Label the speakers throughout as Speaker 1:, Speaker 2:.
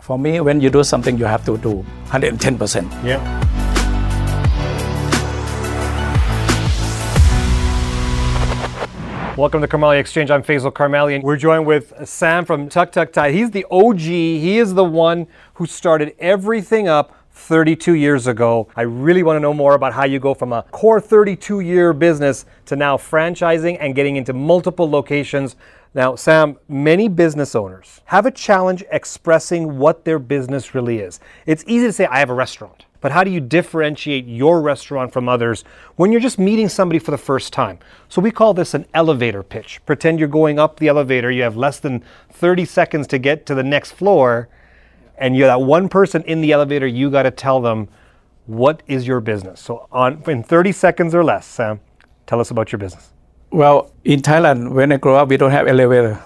Speaker 1: For me, when you do something, you have to do 110%.
Speaker 2: Yeah. Welcome to Carmeli Exchange. I'm Faisal Carmeli, and we're joined with Sam from Tuk Tuk Thai. He's the OG. He is the one who started everything up 32 years ago. I really want to know more about how you go from a core 32 year business to now franchising and getting into multiple locations. Now, Sam, many business owners have a challenge expressing what their business really is. It's easy to say, I have a restaurant. But how do you differentiate your restaurant from others when you're just meeting somebody for the first time? So we call this an elevator pitch. Pretend you're going up the elevator, you have less than 30 seconds to get to the next floor, and you're that one person in the elevator, you got to tell them what is your business. So on in 30 seconds or less, Sam, tell us about your business.
Speaker 1: Well, in Thailand, when I grow up, we don't have elevator.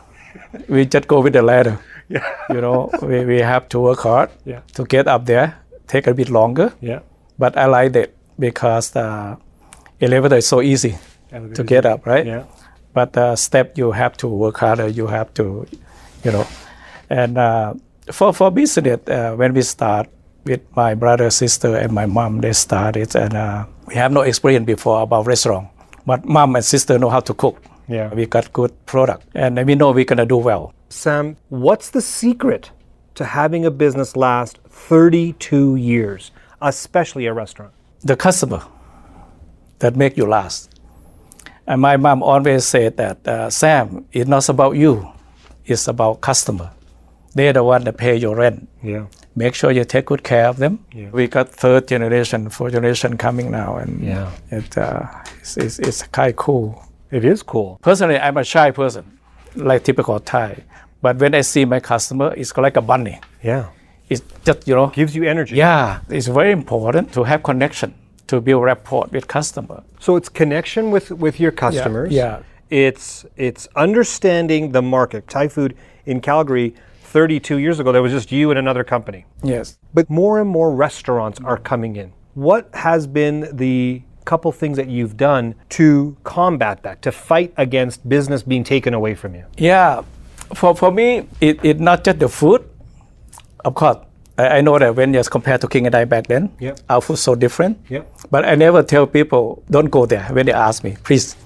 Speaker 1: we just go with the ladder. You know, we, we have to work hard
Speaker 2: Yeah.
Speaker 1: to get up there. Take a bit longer,
Speaker 2: Yeah.
Speaker 1: but I like it because the elevator is so easy to
Speaker 2: Elevator
Speaker 1: get up, right?
Speaker 2: Yeah.
Speaker 1: But the step you have to work harder. You have to, you know, and uh, for for business, uh, when we start with my brother, sister, and my mom, they started, and uh, we have no experience before about restaurant. But mom and sister know how to cook.
Speaker 2: Yeah.
Speaker 1: we got good product, and we know we're gonna do well.
Speaker 2: Sam, what's the secret to having a business last 32 years, especially a restaurant?
Speaker 1: the customer that make you last. And my mom always said that uh, Sam, it's not about you, it's about customer. They're the one that pay your rent.
Speaker 2: Yeah.
Speaker 1: Make sure you take good care of them. We got third generation, fourth generation coming now, and
Speaker 2: Yeah.
Speaker 1: it, uh, it's, it's, it's kind of cool.
Speaker 2: It is cool.
Speaker 1: Personally, I'm a shy person, like typical Thai. But when I see my customer, it's like a bunny.
Speaker 2: Yeah.
Speaker 1: It's just you know
Speaker 2: Gives you energy.
Speaker 1: yeah, it's very important to have connection to build rapport with customer.
Speaker 2: So it's connection with with your customers.
Speaker 1: yeah.
Speaker 2: It's it's understanding the market. Thai food in Calgary 32 years ago there was just you and another company.
Speaker 1: Yes.
Speaker 2: But more and more restaurants are coming in. What has been the couple things that you've done to combat that, to fight against business being taken away from you?
Speaker 1: Yeah. For, for me, it, it not just the food. Of course, I, I know that when just compared to King and I back then,
Speaker 2: Yep.
Speaker 1: our food so different.
Speaker 2: Yep.
Speaker 1: But I never tell people, don't go there when they ask me, please.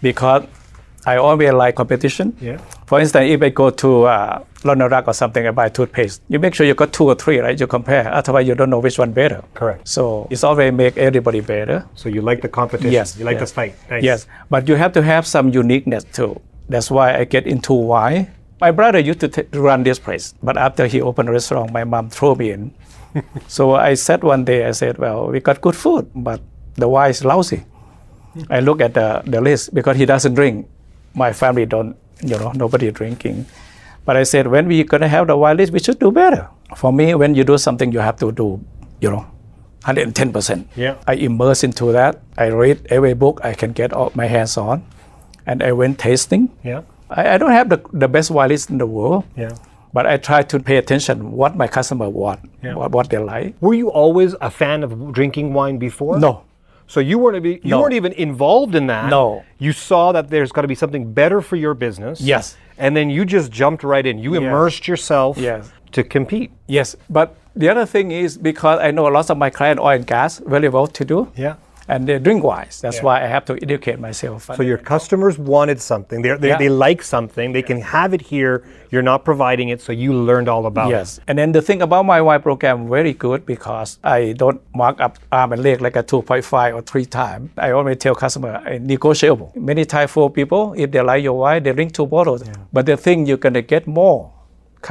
Speaker 1: Because I always like competition.
Speaker 2: Yeah.
Speaker 1: For instance, if I go to uh, Lonorak or something, I buy toothpaste. You make sure you got two or three, right? You compare. Otherwise, you don't know which one better.
Speaker 2: Correct.
Speaker 1: So it's always make everybody better.
Speaker 2: So you like the competition.
Speaker 1: Yes.
Speaker 2: You like
Speaker 1: yes.
Speaker 2: the fight. Nice.
Speaker 1: Yes, but you have to have some uniqueness too. That's why I get into why. My brother used to t- run this place, but after he opened a restaurant, my mom threw me in. so I said one day, I said, well, we got good food, but the wine is lousy. I look at the, the list because he doesn't drink. My family don't, you know, nobody drinking. But I said, when we gonna have the wine list, we should do better. For me, when you do something, you have to do, you know, 110%.
Speaker 2: Yeah.
Speaker 1: I immerse into that. I read every book I can get all my hands on. And I went tasting.
Speaker 2: Yeah.
Speaker 1: I, I don't have the, the best wine list in the world,
Speaker 2: Yeah.
Speaker 1: but I try to pay attention what my customer want, what, what they like.
Speaker 2: Were you always a fan of drinking wine before?
Speaker 1: No,
Speaker 2: So you weren't a- you
Speaker 1: No.
Speaker 2: weren't even involved in that.
Speaker 1: No.
Speaker 2: You saw that there's got to be something better for your business.
Speaker 1: Yes.
Speaker 2: And then you just jumped right in. You immersed yourself
Speaker 1: Yes.
Speaker 2: to compete.
Speaker 1: Yes, but the other thing is because I know lots of my client oil and gas very well to do.
Speaker 2: Yeah.
Speaker 1: And they drink wise. That's
Speaker 2: Yeah.
Speaker 1: why I have to educate myself.
Speaker 2: So your customers wanted something. They're, they
Speaker 1: Yeah.
Speaker 2: they like something. They can have it here. You're not providing it, so you learned all about
Speaker 1: yes. And then the thing about my wine program very good because I don't mark up arm and leg like a 2.5 or 3 time. I always tell customer I negotiable. Many Thai four people, if they like your wine, they drink two bottles. But the thing you're gonna get more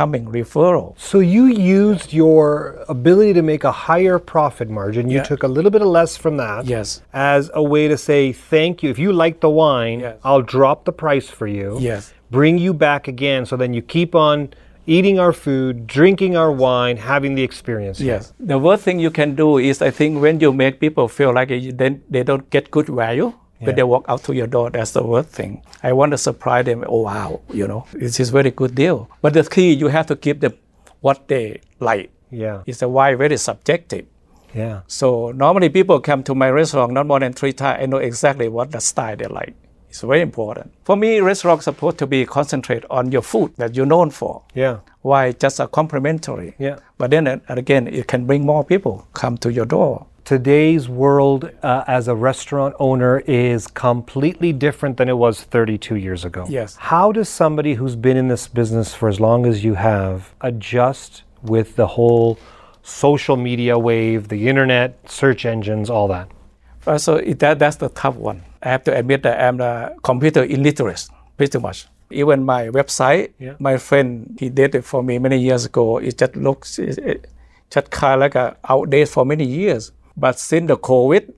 Speaker 1: coming referral.
Speaker 2: it. So you used your ability to make a higher profit margin. You took a little bit of less from that.
Speaker 1: Yes.
Speaker 2: As a way to say thank you. If you like the wine,
Speaker 1: Yes.
Speaker 2: I'll drop the price for you.
Speaker 1: Yes.
Speaker 2: Bring you back again. So then you keep on eating our food, drinking our wine, having the experience. here.
Speaker 1: Yes. The worst thing you can do is I think when you make people feel like you- then they don't get good value when they walk out to your door, that's the worst thing. I want to surprise them. Oh wow, you know, this is very good deal. But the key you have to give them what they like.
Speaker 2: Yeah.
Speaker 1: It's a why very subjective.
Speaker 2: Yeah.
Speaker 1: So normally people come to my restaurant not more than three times. I know exactly what the style they like. It's very important. For me, restaurants supposed to be concentrate on your food that you're known for.
Speaker 2: Yeah.
Speaker 1: Why just a complimentary?
Speaker 2: Yeah.
Speaker 1: But then a- again, it can bring more people come to your door.
Speaker 2: Today's world uh, as a restaurant owner is completely different than it was 32 years ago.
Speaker 1: Yes.
Speaker 2: How does somebody who's been in this business for as long as you have adjust with the whole social media wave, the internet, search engines, all that?
Speaker 1: Uh, so it, that, that's the tough one. I have to admit that I'm a computer illiterate, pretty much. Even my website,
Speaker 2: Yeah.
Speaker 1: my friend, he did it for me many years ago. It just looks, it, it just kind of like a outdated for many years. But since the COVID,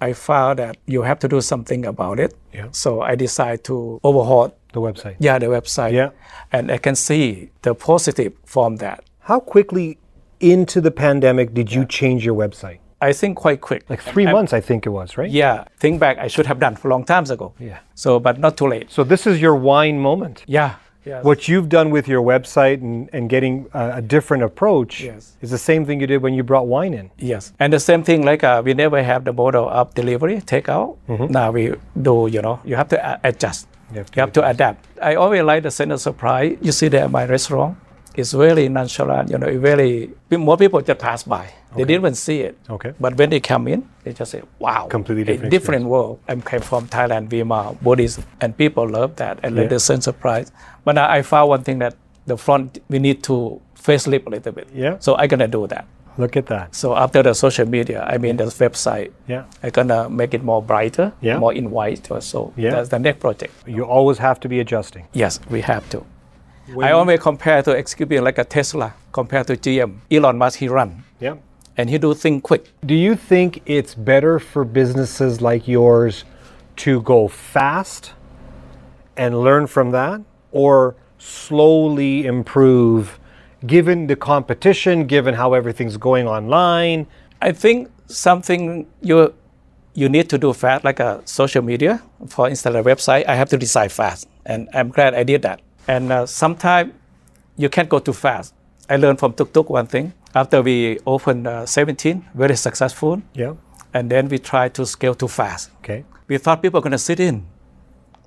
Speaker 1: I found that you have to do something about it.
Speaker 2: Yeah.
Speaker 1: So I decided to overhaul,
Speaker 2: The website.
Speaker 1: yeah, the website.
Speaker 2: Yeah.
Speaker 1: And I can see the positive from that.
Speaker 2: How quickly into the pandemic did you change your website?
Speaker 1: I think quite quick.
Speaker 2: Like three months, I think it was, right?
Speaker 1: yeah, think back, I should have done for long times ago.
Speaker 2: Yeah.
Speaker 1: So, but not too late.
Speaker 2: So this is your wine moment.
Speaker 1: Yeah. yeah.
Speaker 2: What you've done with your website and, and getting a, a different approach
Speaker 1: Yes.
Speaker 2: is the same thing you did when you brought wine in.
Speaker 1: Yes, and the same thing like uh, we never have the model of delivery takeout. Now we do, you know, you have to a- adjust. You have,
Speaker 2: Mm-hmm. have to
Speaker 1: to, adapt. I always like the sense of surprise. You see that at my restaurant, it's really nonchalant. You know, it really more people just pass by. They didn't even see it.
Speaker 2: Okay.
Speaker 1: But when they come in, they just say, "Wow,
Speaker 2: Completely different
Speaker 1: a different world." I came from Thailand, Vima, Buddhist, and people love that and like
Speaker 2: Yeah.
Speaker 1: the sense of pride. But I, I found one thing that the front we need to facelift a little bit.
Speaker 2: Yeah.
Speaker 1: So I'm gonna do that.
Speaker 2: Look at that.
Speaker 1: So after the social media, I mean the website,
Speaker 2: Yeah.
Speaker 1: I'm gonna make it more brighter,
Speaker 2: Yeah.
Speaker 1: more in white or so.
Speaker 2: Yeah.
Speaker 1: That's the next project.
Speaker 2: You always have to be adjusting.
Speaker 1: Yes, we have to. I always compare to executing like a Tesla compared to GM. Elon Musk, he run
Speaker 2: Yeah.
Speaker 1: and he do thing quick.
Speaker 2: Do you think it's better for businesses like yours to go fast and learn from that or slowly improve given the competition, given how everything's going online?
Speaker 1: I think something you you need to do fast, like a social media, for instance, a website. I have to decide fast, and I'm glad I did that. And uh, sometimes you can't go too fast. I learned from Tuk Tuk one thing. After we opened uh, 17, very successful,
Speaker 2: Yeah.
Speaker 1: and then we tried to scale too fast.
Speaker 2: Okay.
Speaker 1: We thought people are gonna sit in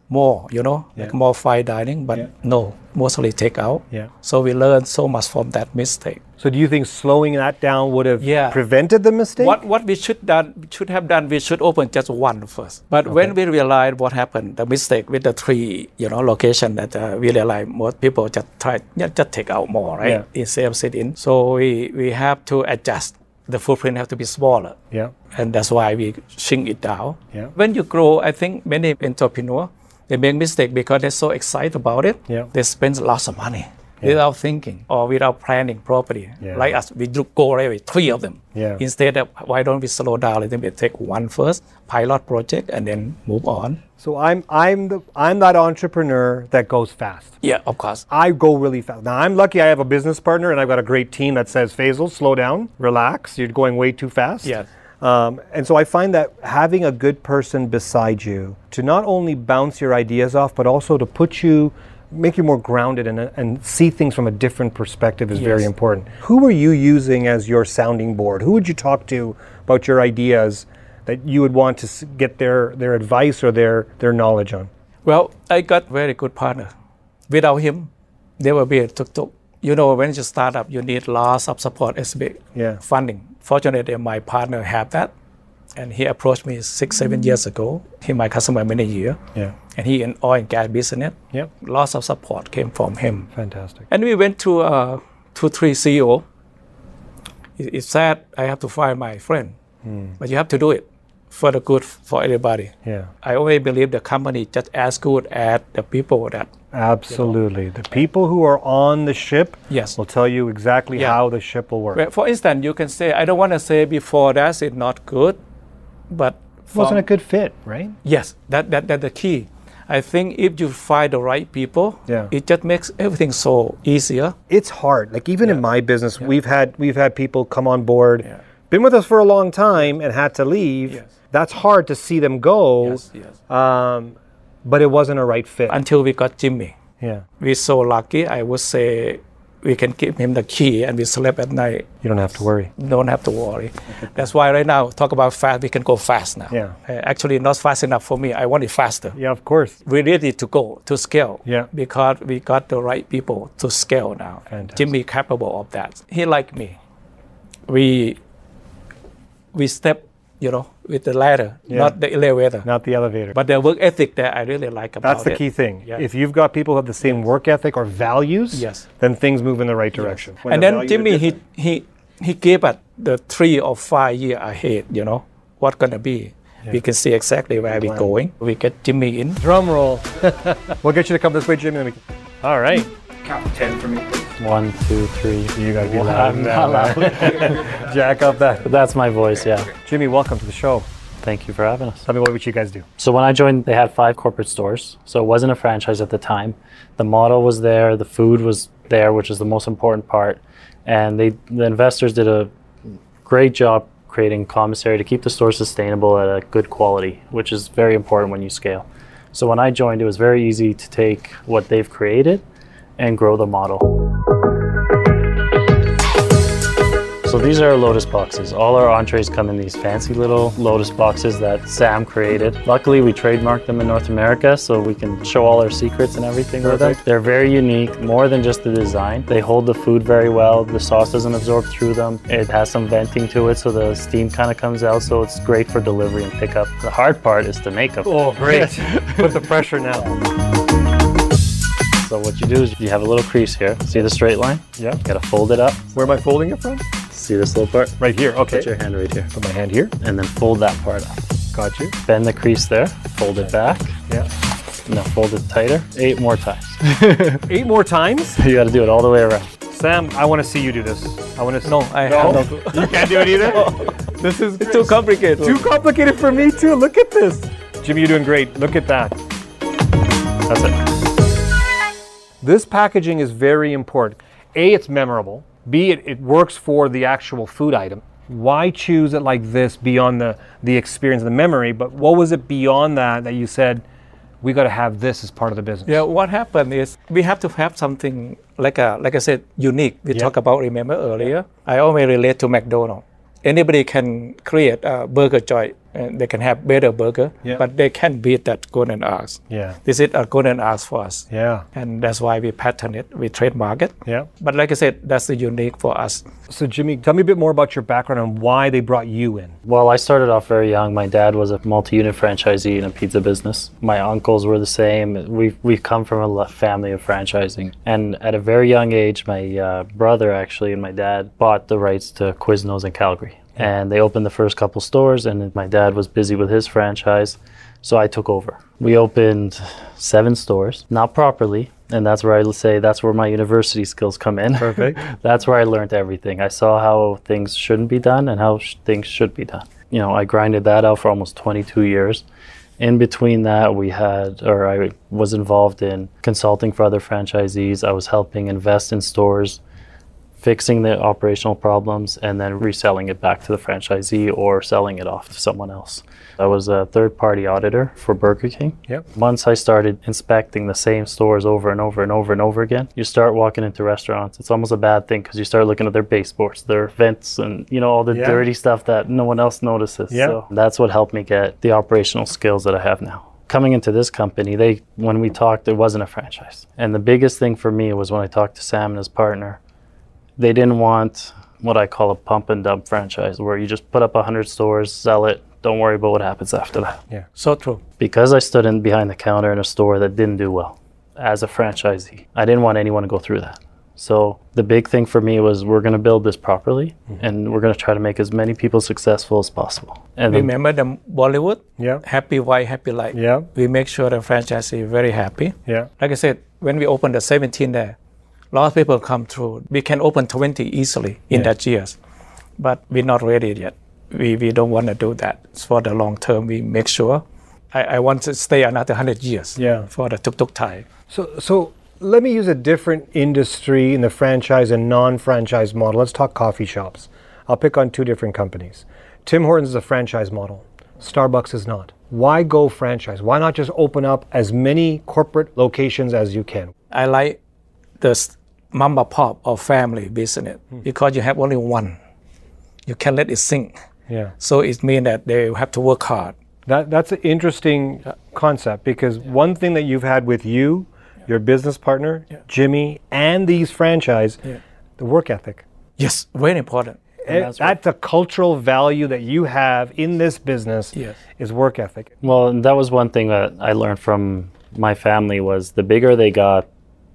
Speaker 1: more, you know, like more fine dining, but no, mostly take out.
Speaker 2: Yeah.
Speaker 1: So we learned so much from that mistake.
Speaker 2: So do you think slowing that down would have
Speaker 1: Yeah.
Speaker 2: prevented the mistake?
Speaker 1: What what we should done should have done, we should open just one first. But when we realized what happened, the mistake with the three, you know, location that uh, we realized most people just try yeah, just take out more, right?
Speaker 2: Yeah.
Speaker 1: Instead of sit in. So we we have to adjust. The footprint have to be smaller.
Speaker 2: Yeah.
Speaker 1: And that's why we shrink it down.
Speaker 2: Yeah.
Speaker 1: When you grow, I think many entrepreneurs they make mistake because they're so excited about it.
Speaker 2: Yeah.
Speaker 1: They spend lots of money without thinking or without planning properly.
Speaker 2: Yeah.
Speaker 1: Like us, we do go away with three of them.
Speaker 2: Yeah.
Speaker 1: Instead of why don't we slow down a little bit, take one first, pilot project, and then move on.
Speaker 2: So I'm I'm the I'm that entrepreneur that goes fast.
Speaker 1: Yeah, of course.
Speaker 2: I go really fast. Now I'm lucky I have a business partner and I've got a great team that says, Faisal, slow down, relax. You're going way too fast.
Speaker 1: Yes.
Speaker 2: Um, and so I find that having a good person beside you to not only bounce your ideas off, but also to put you, make you more grounded and, uh, and see things from a different perspective is very
Speaker 1: Yes.
Speaker 2: important. Who are you using as your sounding board? Who would you talk to about your ideas that you would want to s- get their, their advice or their, their knowledge on?
Speaker 1: Well, I got very good partner. Without him, there will be a tuk tuk. You know, when you start up, you need lots of support, as big
Speaker 2: Yeah.
Speaker 1: funding. Fortunately, my partner have that, and he approached me six, seven years ago. He my customer many year,
Speaker 2: Mm. Yeah.
Speaker 1: and he in oil and gas business.
Speaker 2: Yep.
Speaker 1: Lots of support came from him.
Speaker 2: Fantastic.
Speaker 1: And we went to uh, two, three CEO. It- It's sad I have to find my friend,
Speaker 2: Mm.
Speaker 1: but you have to do it for the good for everybody.
Speaker 2: Yeah.
Speaker 1: I always believe the company just as good at the people that
Speaker 2: Absolutely. The people who are on the ship
Speaker 1: Yes.
Speaker 2: will tell you exactly
Speaker 1: Yeah.
Speaker 2: how the ship will work.
Speaker 1: Well, for instance, you can say, I don't want to say before that's it not good, but
Speaker 2: it wasn't
Speaker 1: from-
Speaker 2: a good fit, right?
Speaker 1: yes, that that that the key. I think if you find the right people,
Speaker 2: Yeah.
Speaker 1: it just makes everything so easier.
Speaker 2: It's hard. Like even in my business, we've had we've had people come on board, been with us for a long time and had to leave.
Speaker 1: Yes.
Speaker 2: That's hard to see them go. Um, but it wasn't a right fit.
Speaker 1: Until we got Jimmy,
Speaker 2: yeah.
Speaker 1: we're so lucky. I would say we can give him the key and we sleep at night.
Speaker 2: You don't have to worry.
Speaker 1: Don't have to worry. That's why right now talk about fast. We can go fast now.
Speaker 2: Yeah.
Speaker 1: Uh, actually, not fast enough for me. I want it faster.
Speaker 2: Yeah, of course.
Speaker 1: We needed to go to scale.
Speaker 2: Yeah.
Speaker 1: Because we got the right people to scale now.
Speaker 2: Fantastic.
Speaker 1: Jimmy capable of that. He like me. We we step, you know, with the ladder, not the elevator.
Speaker 2: Not the elevator.
Speaker 1: But the work ethic that I really like about
Speaker 2: That's the
Speaker 1: it.
Speaker 2: key thing.
Speaker 1: Yeah.
Speaker 2: If you've got people who have the same work ethic or values,
Speaker 1: Yes.
Speaker 2: then things move in the right direction. When
Speaker 1: and
Speaker 2: the
Speaker 1: then
Speaker 2: value is
Speaker 1: Jimmy he
Speaker 2: different.
Speaker 1: he he gave us the three or five year ahead. You know what gonna be. We can see exactly where we're going. We get Jimmy in.
Speaker 2: Drum roll. we'll get you to come this way, Jimmy. and we can- All right.
Speaker 1: Count ten for me.
Speaker 3: One, two, three.
Speaker 2: You gotta be loud.
Speaker 3: I'm
Speaker 2: now,
Speaker 3: not loud.
Speaker 2: man. Jack up that.
Speaker 3: That's my voice, yeah.
Speaker 2: Jimmy, welcome to the show.
Speaker 3: Thank you for having us.
Speaker 2: Tell me what would you guys do?
Speaker 3: So when I joined, they had five corporate stores. So it wasn't a franchise at the time. The model was there, the food was there, which is the most important part. And they, the investors did a great job creating commissary to keep the store sustainable at a good quality, which is very important when you scale. So when I joined, it was very easy to take what they've created and grow the model. So these are our Lotus boxes. All our entrees come in these fancy little Lotus boxes that Sam created. Luckily, we trademarked them in North America, so we can show all our secrets and everything with them.
Speaker 2: Perfect.
Speaker 3: They're very unique, more than just the design. They hold the food very well. The sauce doesn't absorb through them. It has some venting to it, so the steam kind of comes out, so it's great for delivery and pickup. The hard part is to make them.
Speaker 2: Oh, great. Put the pressure now.
Speaker 3: So what you do is you have a little crease here. See the straight line?
Speaker 2: Yeah.
Speaker 3: You gotta fold it up.
Speaker 2: Where am I folding it from?
Speaker 3: See this little part?
Speaker 2: Right here. Okay.
Speaker 3: Put your hand right here.
Speaker 2: Put my hand here.
Speaker 3: And then fold that part up.
Speaker 2: Got you.
Speaker 3: Bend the crease there, fold it back,
Speaker 2: Yeah.
Speaker 3: and then fold it tighter. Eight more times.
Speaker 2: Eight more times.
Speaker 3: you gotta do it all the way around.
Speaker 2: Sam, I want to see you do this. I want to.
Speaker 1: No, I have no. clue.
Speaker 2: You can't do it either. This is
Speaker 1: Too complicated.
Speaker 2: too complicated for me too. Look at this. Jimmy, you're doing great. Look at that.
Speaker 3: That's it.
Speaker 2: This packaging is very important. A, it's memorable. B, it, it works for the actual food item. Why choose it like this beyond the, the experience and the memory? But what was it beyond that that you said, we got to have this as part of the business?
Speaker 1: Yeah, what happened is we have to have something like a like I said unique. We talked about remember earlier. I always relate to McDonald's. Anybody can create a burger joint and they can have better burger,
Speaker 2: Yeah.
Speaker 1: but they can't beat that golden arcs.
Speaker 2: Yeah.
Speaker 1: This is a golden arcs for us.
Speaker 2: Yeah.
Speaker 1: And that's why we patent it, we trademark it.
Speaker 2: Yeah.
Speaker 1: But like I said, that's the unique for us.
Speaker 2: So, Jimmy, tell me a bit more about your background and why they brought you in.
Speaker 3: Well, I started off very young. My dad was a multi-unit franchisee in a pizza business. My uncles were the same. We've, we've come from a lo- family of franchising. And at a very young age, my uh, brother actually and my dad bought the rights to Quiznos in Calgary. And they opened the first couple stores, and my dad was busy with his franchise. So I took over. We opened seven stores, not properly. And that's where I would say that's where my university skills come in.
Speaker 2: Perfect.
Speaker 3: that's where I learned everything. I saw how things shouldn't be done and how sh- things should be done. You know, I grinded that out for almost 22 years. In between that, we had, or I was involved in consulting for other franchisees. I was helping invest in stores, fixing the operational problems, and then reselling it back to the franchisee or selling it off to someone else. I was a third party auditor for Burger King.
Speaker 2: Yep.
Speaker 3: Once I started inspecting the same stores over and over and over and over again, you start walking into restaurants. It's almost a bad thing because you start looking at their baseboards, their vents, and you know all the
Speaker 2: Yeah.
Speaker 3: dirty stuff that no one else notices.
Speaker 2: Yeah.
Speaker 3: So that's what helped me get the operational skills that I have now. Coming into this company, they when we talked, it wasn't a franchise, and the biggest thing for me was when I talked to Sam and his partner, they didn't want what I call a pump and dump franchise, where you just put up hundred stores, sell it, don't worry about what happens after that
Speaker 1: So true.
Speaker 3: because I stood in behind the counter in a store that didn't do well as a franchisee. I didn't want anyone to go through that. So the big thing for me was we're going to build this properly and we're going to try to make as many people successful as possible. And the-
Speaker 1: Remember the Bollywood?
Speaker 2: Yeah.
Speaker 1: Happy wife, happy life.
Speaker 2: Yeah.
Speaker 1: We make sure the franchisee very happy.
Speaker 2: Yeah.
Speaker 1: Like I said, when we opened the 17 there, a lot of people come through. We can open 20 easily in that years, but we're not ready yet. We, we don't want to do that. It's for the long term. We make sure. I, I want to stay another 100 years
Speaker 2: Yeah.
Speaker 1: for the tuk-tuk Thai.
Speaker 2: So, so let me use a different industry in the franchise and non-franchise model. Let's talk coffee shops. I'll pick on two different companies. Tim Hortons is a franchise model. Starbucks is not. Why go franchise? Why not just open up as many corporate locations as you can?
Speaker 1: I like the s- mom and pop or family business because you have only one. You can't let it sink.
Speaker 2: Yeah.
Speaker 1: So it means that they have to work hard.
Speaker 2: That, that's an interesting uh, concept because one thing that you've had with you, your business partner, Jimmy, and these franchise, the work ethic.
Speaker 1: Yes, very important.
Speaker 2: Eh,
Speaker 3: that's
Speaker 2: That's,
Speaker 3: what-
Speaker 2: a cultural value that you have in this business
Speaker 1: Yes.
Speaker 2: is work ethic.
Speaker 3: Well, and that was one thing that I learned from my family was the bigger they got,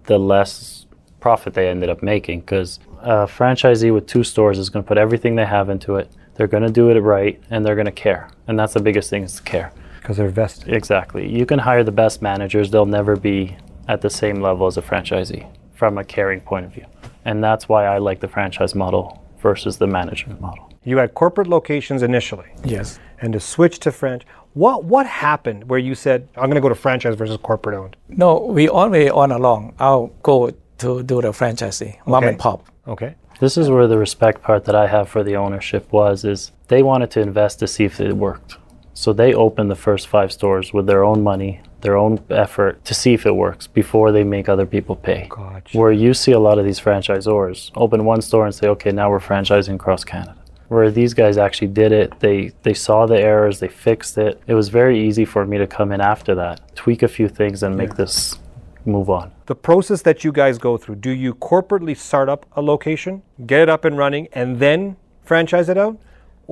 Speaker 3: the less profit they ended up making because a franchisee with two stores is going to put everything they have into it. They're going to do it right and they're going to care. And that's the biggest thing is care.
Speaker 2: Because they're vested.
Speaker 3: Exactly. You can hire the best managers, they'll never be at the same level as a franchisee from a caring point of view. And that's why I like the franchise model versus the management model.
Speaker 2: You had corporate locations initially,
Speaker 1: Yes.
Speaker 2: and to switch to French, what what happened where you said I'm going to go to franchise versus corporate owned?
Speaker 1: No, we always on along. I'll go to do the franchising, mom
Speaker 2: Okay.
Speaker 1: and pop.
Speaker 2: Okay,
Speaker 3: This is where the respect part that I have for the ownership was is they wanted to invest to see if it worked. So they opened the first 5 stores with their own money, their own effort to see if it works before they make other people pay.
Speaker 2: Gotcha.
Speaker 3: Where you see a lot of these franchisors open one store and say, "Okay, now we're franchising across Canada." Where these guys actually did it, they they saw the errors, they fixed it. It was very easy for me to come in after that, tweak a few things and make this move on.
Speaker 2: the process that you guys go through. Do you corporately start up a location, get it up and running, and then franchise it out,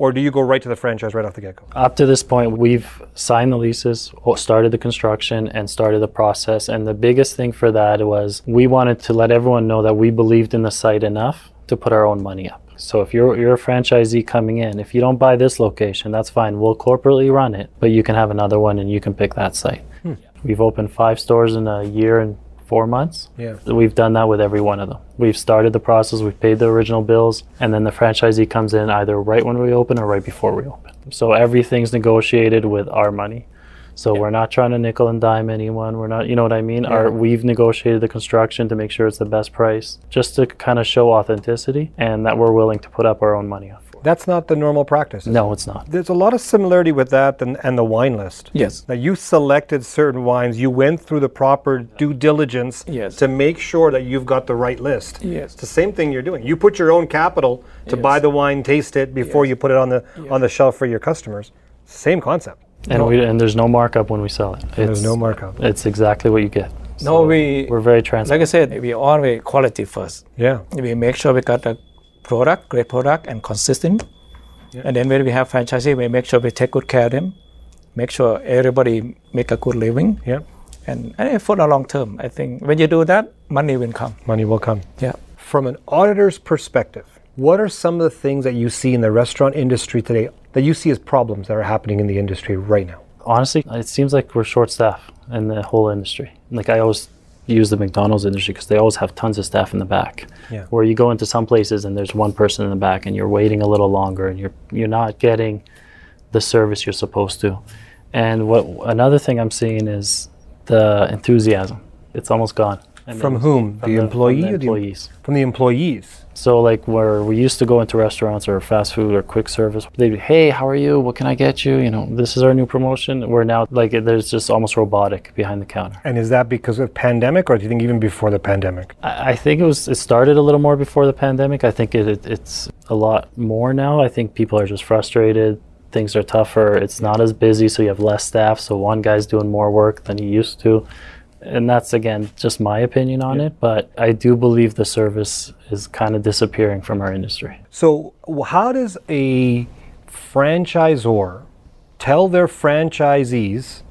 Speaker 2: or do you go right to the franchise right off the get go?
Speaker 3: up to this point we've signed the leases o- started the construction and started the process and the biggest thing for that was we wanted to let everyone know that we believed in the site enough to put our own money up so if you're, you're a franchisee coming in if you don't buy this location that's fine we'll corporately run it but you can have another one and you can pick that site we've opened five stores in a year and four months
Speaker 2: Yeah.
Speaker 3: We've done that with every one of them. We've started the process, we've paid the original bills, and then the franchisee comes in either right when we open or right before we open. So everything's negotiated with our money. So we're not trying to nickel and dime anyone. We're not, you know what I mean? Our, we've negotiated the construction to make sure it's the best price, just to kind of show authenticity and that we're willing to put up our own money for. it.
Speaker 2: That's not the normal practice. is
Speaker 3: No, it's not.
Speaker 2: There's a lot of similarity with that and, and the wine list.
Speaker 1: Yes.
Speaker 2: Now you selected certain wines, you went through the proper due diligence
Speaker 1: Yes.
Speaker 2: to make sure that you've got the right list.
Speaker 1: Yes.
Speaker 2: It's the same thing you're doing. You put your own capital to buy the wine, taste it before you put it on the on the shelf for your customers. Same concept.
Speaker 3: And, we, and there's no markup when we sell it. It's,
Speaker 2: There's no markup.
Speaker 3: It's exactly what you get.
Speaker 1: No, we
Speaker 3: We're very transparent.
Speaker 1: like I said, we always quality first.
Speaker 2: Yeah.
Speaker 1: We make sure we got the product, great product, and consistent. And then when we have franchisee, we make sure we take good care of them, make sure everybody make a good living,
Speaker 2: Yeah.
Speaker 1: and, and for the long term. I think when you do that, money will come.
Speaker 2: Money will come.
Speaker 1: Yeah.
Speaker 2: From an auditor's perspective, what are some of the things that you see in the restaurant industry today that you see as problems that are happening in the industry right now?
Speaker 3: honestly, it seems like we're short staffed in the whole industry. Like I always use the McDonald's industry because they always have tons of staff in the back.
Speaker 2: Yeah.
Speaker 3: Where you go into some places and there's one person in the back and you're waiting a little longer and you're you're not getting the service you're supposed to. And what another thing I'm seeing is the enthusiasm. It's almost gone. And
Speaker 2: From
Speaker 3: it-
Speaker 2: whom?
Speaker 3: from
Speaker 2: the employee
Speaker 3: from the
Speaker 2: or the em-
Speaker 3: employees.
Speaker 2: From the employees.
Speaker 3: So like where we used to go into restaurants or fast food or quick service, they'd be, hey, how are you? What can I get you? You know, this is our new promotion. We're now like there's just almost robotic behind the counter.
Speaker 2: And is that because of pandemic or do you think even before the pandemic?
Speaker 3: I, I think it was it started a little more before the pandemic. I think it, it it's a lot more now. I think people are just frustrated. Things are tougher. It's not as busy, so you have less staff. So one guy's doing more work than he used to. And that's again just my opinion on it, but I do believe the service is kind of disappearing from our industry.
Speaker 2: So, w- how does a franchisor tell their franchisees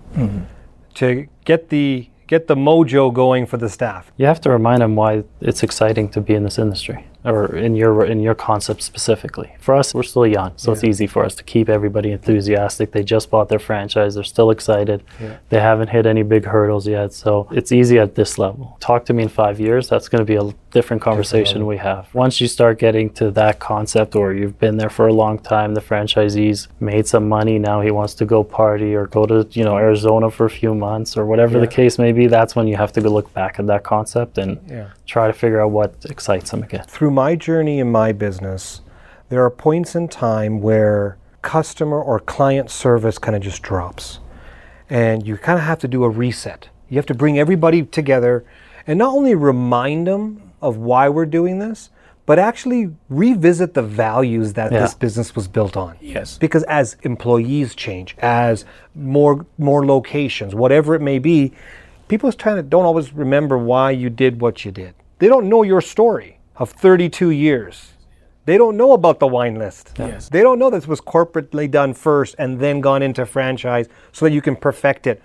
Speaker 2: to get the get the mojo going for the staff?
Speaker 3: you have to remind them why it's exciting to be in this industry or in your in your concept specifically. For us, we're still young, so it's easy for us to keep everybody enthusiastic. They just bought their franchise, they're still excited. They haven't hit any big hurdles yet, so it's easy at this level. Talk to me in 5 years, that's going to be a l- different conversation we have. Once you start getting to that concept or you've been there for a long time, the franchisee's made some money, now he wants to go party or go to, you know, Arizona for a few months or whatever the case may be, that's when you have to go look back at that concept and
Speaker 2: Yeah.
Speaker 3: try to figure out what excites them again.
Speaker 2: through my journey in my business, there are points in time where customer or client service kind of just drops. And you kind of have to do a reset. You have to bring everybody together and not only remind them of why we're doing this, but actually revisit the values that
Speaker 3: Yeah.
Speaker 2: this business was built on.
Speaker 1: Yes.
Speaker 2: Because as employees change, as more more locations, whatever it may be, people is trying to don't always remember why you did what you did. They don't know your story of 32 years. They don't know about the wine list.
Speaker 1: Yes.
Speaker 2: They don't know that this was corporately done first and then gone into franchise so that you can perfect it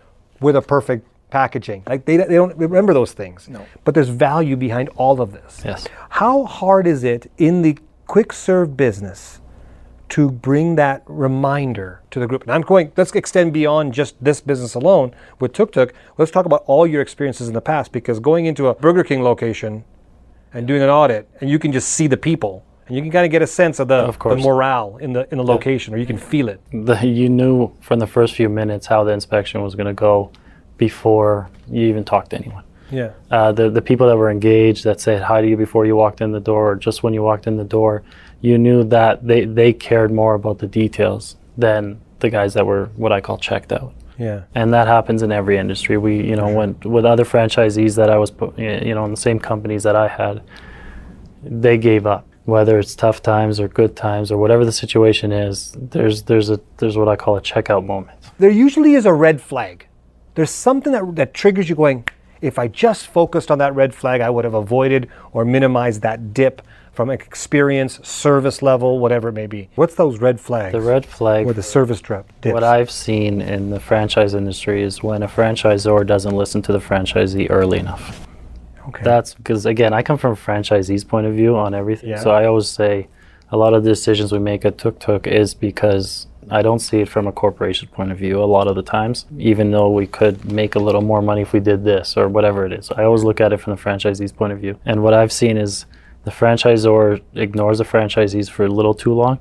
Speaker 2: with a perfect packaging. Like they, they don't remember those things. No. But there's value behind all of this.
Speaker 3: Yes.
Speaker 2: How hard is it in the quick serve business to bring that reminder to the group? And I'm going, let's extend beyond just this business alone with Tuk Tuk. Let's talk about all your experiences in the past because going into a Burger King location and doing an audit and you can just see the people and you can kind of get a sense of the, the
Speaker 3: course.
Speaker 2: morale in the in the location or you can feel it.
Speaker 3: the, you knew from the first few minutes how the inspection was going to go before you even talked to anyone.
Speaker 2: Yeah.
Speaker 3: Uh, the, the people that were engaged that said hi to you before you walked in the door or just when you walked in the door, you knew that they, they cared more about the details than the guys that were what I call checked out
Speaker 2: Yeah.
Speaker 3: and that happens in every industry. We, you know, when with other franchisees that I was, pu- you know, in the same companies that I had, they gave up. Whether it's tough times or good times or whatever the situation is, there's there's a there's what I call a checkout moment.
Speaker 2: there usually is a red flag. There's something that, that triggers you going, if I just focused on that red flag, I would have avoided or minimized that dip from experience, service level, whatever it may be. What's those red flags?
Speaker 3: The red flag.
Speaker 2: or the service drop dips.
Speaker 3: what I've seen in the franchise industry is when a franchisor doesn't listen to the franchisee early enough.
Speaker 2: okay.
Speaker 3: That's because again, I come from a franchisee's point of view on everything.
Speaker 2: Yeah.
Speaker 3: So I always say, a lot of the decisions we make at Tuk Tuk is because I don't see it from a corporation point of view a lot of the times. Even though we could make a little more money if we did this or whatever it is, I always look at it from the franchisee's point of view. And what I've seen is the franchisor ignores the franchisees for a little too long,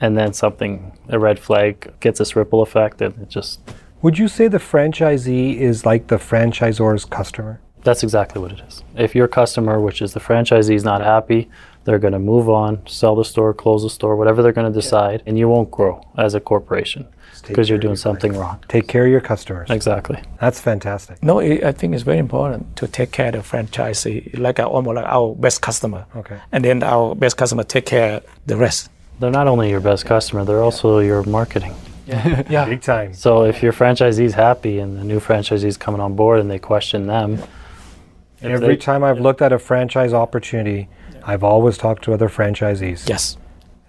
Speaker 3: and then something a red flag gets this ripple effect, and it just
Speaker 2: Would you say the franchisee is like the franchisor's customer?
Speaker 3: That's exactly what it is. If your customer, which is the franchisee, is not happy, they're going to move on, sell the store, close the store, whatever they're going to decide, and you won't grow as a corporation because you're doing something wrong.
Speaker 2: Take care of your customers.
Speaker 3: Exactly.
Speaker 2: That's fantastic.
Speaker 1: No, it, I think it's very important to take care of the franchisee, like our, almost like our best customer.
Speaker 2: Okay.
Speaker 1: And then our best customer take care of the rest.
Speaker 3: They're not only your best customer, they're also your marketing.
Speaker 1: Yeah.
Speaker 2: Big time.
Speaker 3: So if your franchisee's happy and the new franchisee's coming on board and they question them, if
Speaker 2: Every
Speaker 3: they-
Speaker 2: time I've looked at a franchise opportunity, I've always talked to other franchisees.
Speaker 1: Yes.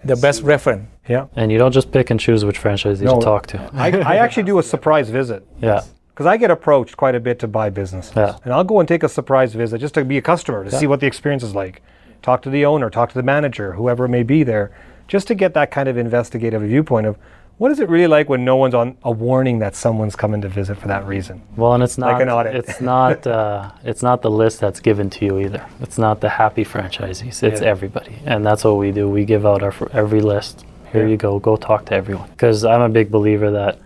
Speaker 1: The best reference.
Speaker 2: Yeah.
Speaker 3: and you don't just pick and choose which franchisees
Speaker 2: No.
Speaker 3: to talk to.
Speaker 2: I, I actually do a surprise visit.
Speaker 3: Yeah.
Speaker 2: Because I get approached quite a bit to buy businesses.
Speaker 3: Yeah.
Speaker 2: And I'll go and take a surprise visit just to be a customer to see what the experience is like. Talk to the owner, talk to the manager, whoever may be there, just to get that kind of investigative viewpoint of what is it really like when no one's on a warning that someone's coming to visit for that reason.
Speaker 3: Well, and it's not
Speaker 2: an audit.
Speaker 3: It's not uh, it's not the list that's given to you either. It's not the happy franchisees. It's
Speaker 2: Yeah.
Speaker 3: everybody, and that's what we do. We give out our fr- every list. Here you go. Go talk to everyone. Because I'm a big believer that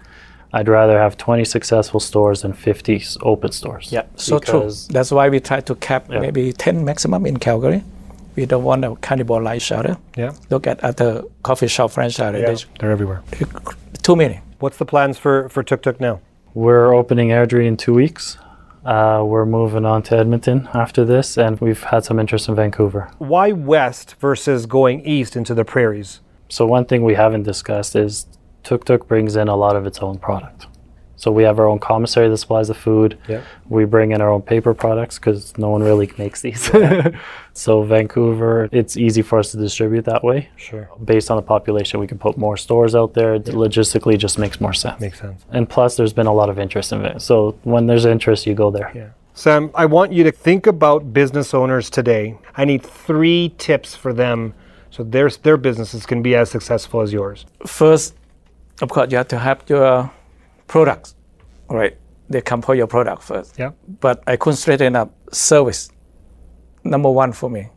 Speaker 3: I'd rather have 20 successful stores than 50 s- open stores.
Speaker 1: Yeah. So
Speaker 3: Because-
Speaker 1: true. That's why we try to cap
Speaker 3: Yeah.
Speaker 1: maybe 10 maximum in Calgary. We don't want to cannibalize each other.
Speaker 2: Yeah.
Speaker 1: Look at other coffee shop franchise. There's
Speaker 2: They're everywhere.
Speaker 1: Too many.
Speaker 2: What's the plans for, for Tuk Tuk now?
Speaker 3: We're opening Airdrie in two weeks. Uh, we're moving on to Edmonton after this, and we've had some interest in Vancouver.
Speaker 2: Why west versus going east into the prairies?
Speaker 3: So one thing we haven't discussed is Tuk Tuk brings in a lot of its own product. So we have our own commissary that supplies the food.
Speaker 2: Yeah.
Speaker 3: We bring in our own paper products because no one really makes these. so Vancouver, it's easy for us to distribute that way.
Speaker 2: Sure.
Speaker 3: Based on the population, we can put more stores out there. It Logistically, just makes more sense.
Speaker 2: Makes sense.
Speaker 3: and plus, there's been a lot of interest in it. So when there's interest, you go there.
Speaker 2: Yeah. Sam, I want you to think about business owners today. I need three tips for them so their, their businesses can be as successful as yours.
Speaker 1: First, of course, you have to have your products. All right. They come for your product first.
Speaker 2: Yeah.
Speaker 1: but I couldn't straighten up service. Number one for me,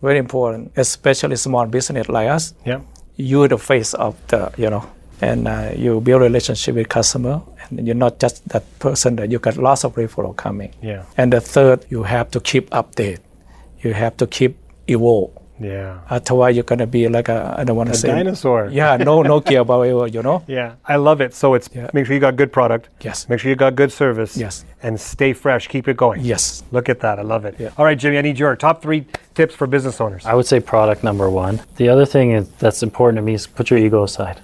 Speaker 1: very important, especially small business like us.
Speaker 2: Yeah.
Speaker 1: You're the face of the, you know, and uh, you build relationship with customer, and you're not just that person that you got lots of referral coming.
Speaker 2: Yeah.
Speaker 1: And the third, you have to keep update. You have to keep evolve.
Speaker 2: Yeah.
Speaker 1: Otherwise, you're gonna be like a I don't want to say
Speaker 2: dinosaur.
Speaker 1: Uh, Yeah, no Nokia, but you know.
Speaker 2: Yeah, I love it. So it's
Speaker 1: Yeah.
Speaker 2: make sure you got good product.
Speaker 1: Yes.
Speaker 2: Make sure you got good service.
Speaker 1: Yes.
Speaker 2: And stay fresh. Keep it going.
Speaker 1: Yes.
Speaker 2: Look at that. I love it.
Speaker 1: Yeah. Uh,
Speaker 2: All right, Jimmy, I need your top three tips for business owners.
Speaker 3: I would say product number one. The other thing is that's important to me is put your ego aside.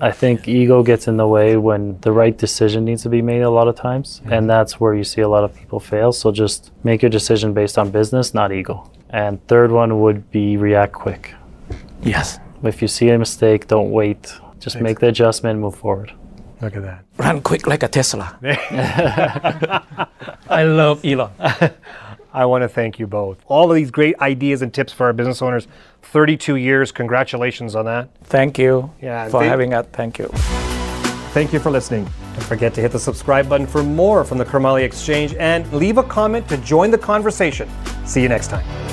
Speaker 3: I think ego gets in the way when the right decision needs to be made a lot of times, and that's where you see a lot of people fail. So just make your decision based on business, not ego. And third one would be react quick.
Speaker 1: Yes.
Speaker 3: If you see a mistake, don't wait. Just make the adjustment, and move forward.
Speaker 2: Look at that.
Speaker 1: Run quick like a Tesla. I love Elon.
Speaker 2: I want to thank you both. All of these great ideas and tips for our business owners. 32 years. Congratulations on that.
Speaker 1: Thank you
Speaker 2: Yeah,
Speaker 1: for
Speaker 2: they-
Speaker 1: having us. Thank you.
Speaker 2: Thank you for listening. Don't forget to hit the subscribe button for more from the Kermali Exchange and leave a comment to join the conversation. See you next time.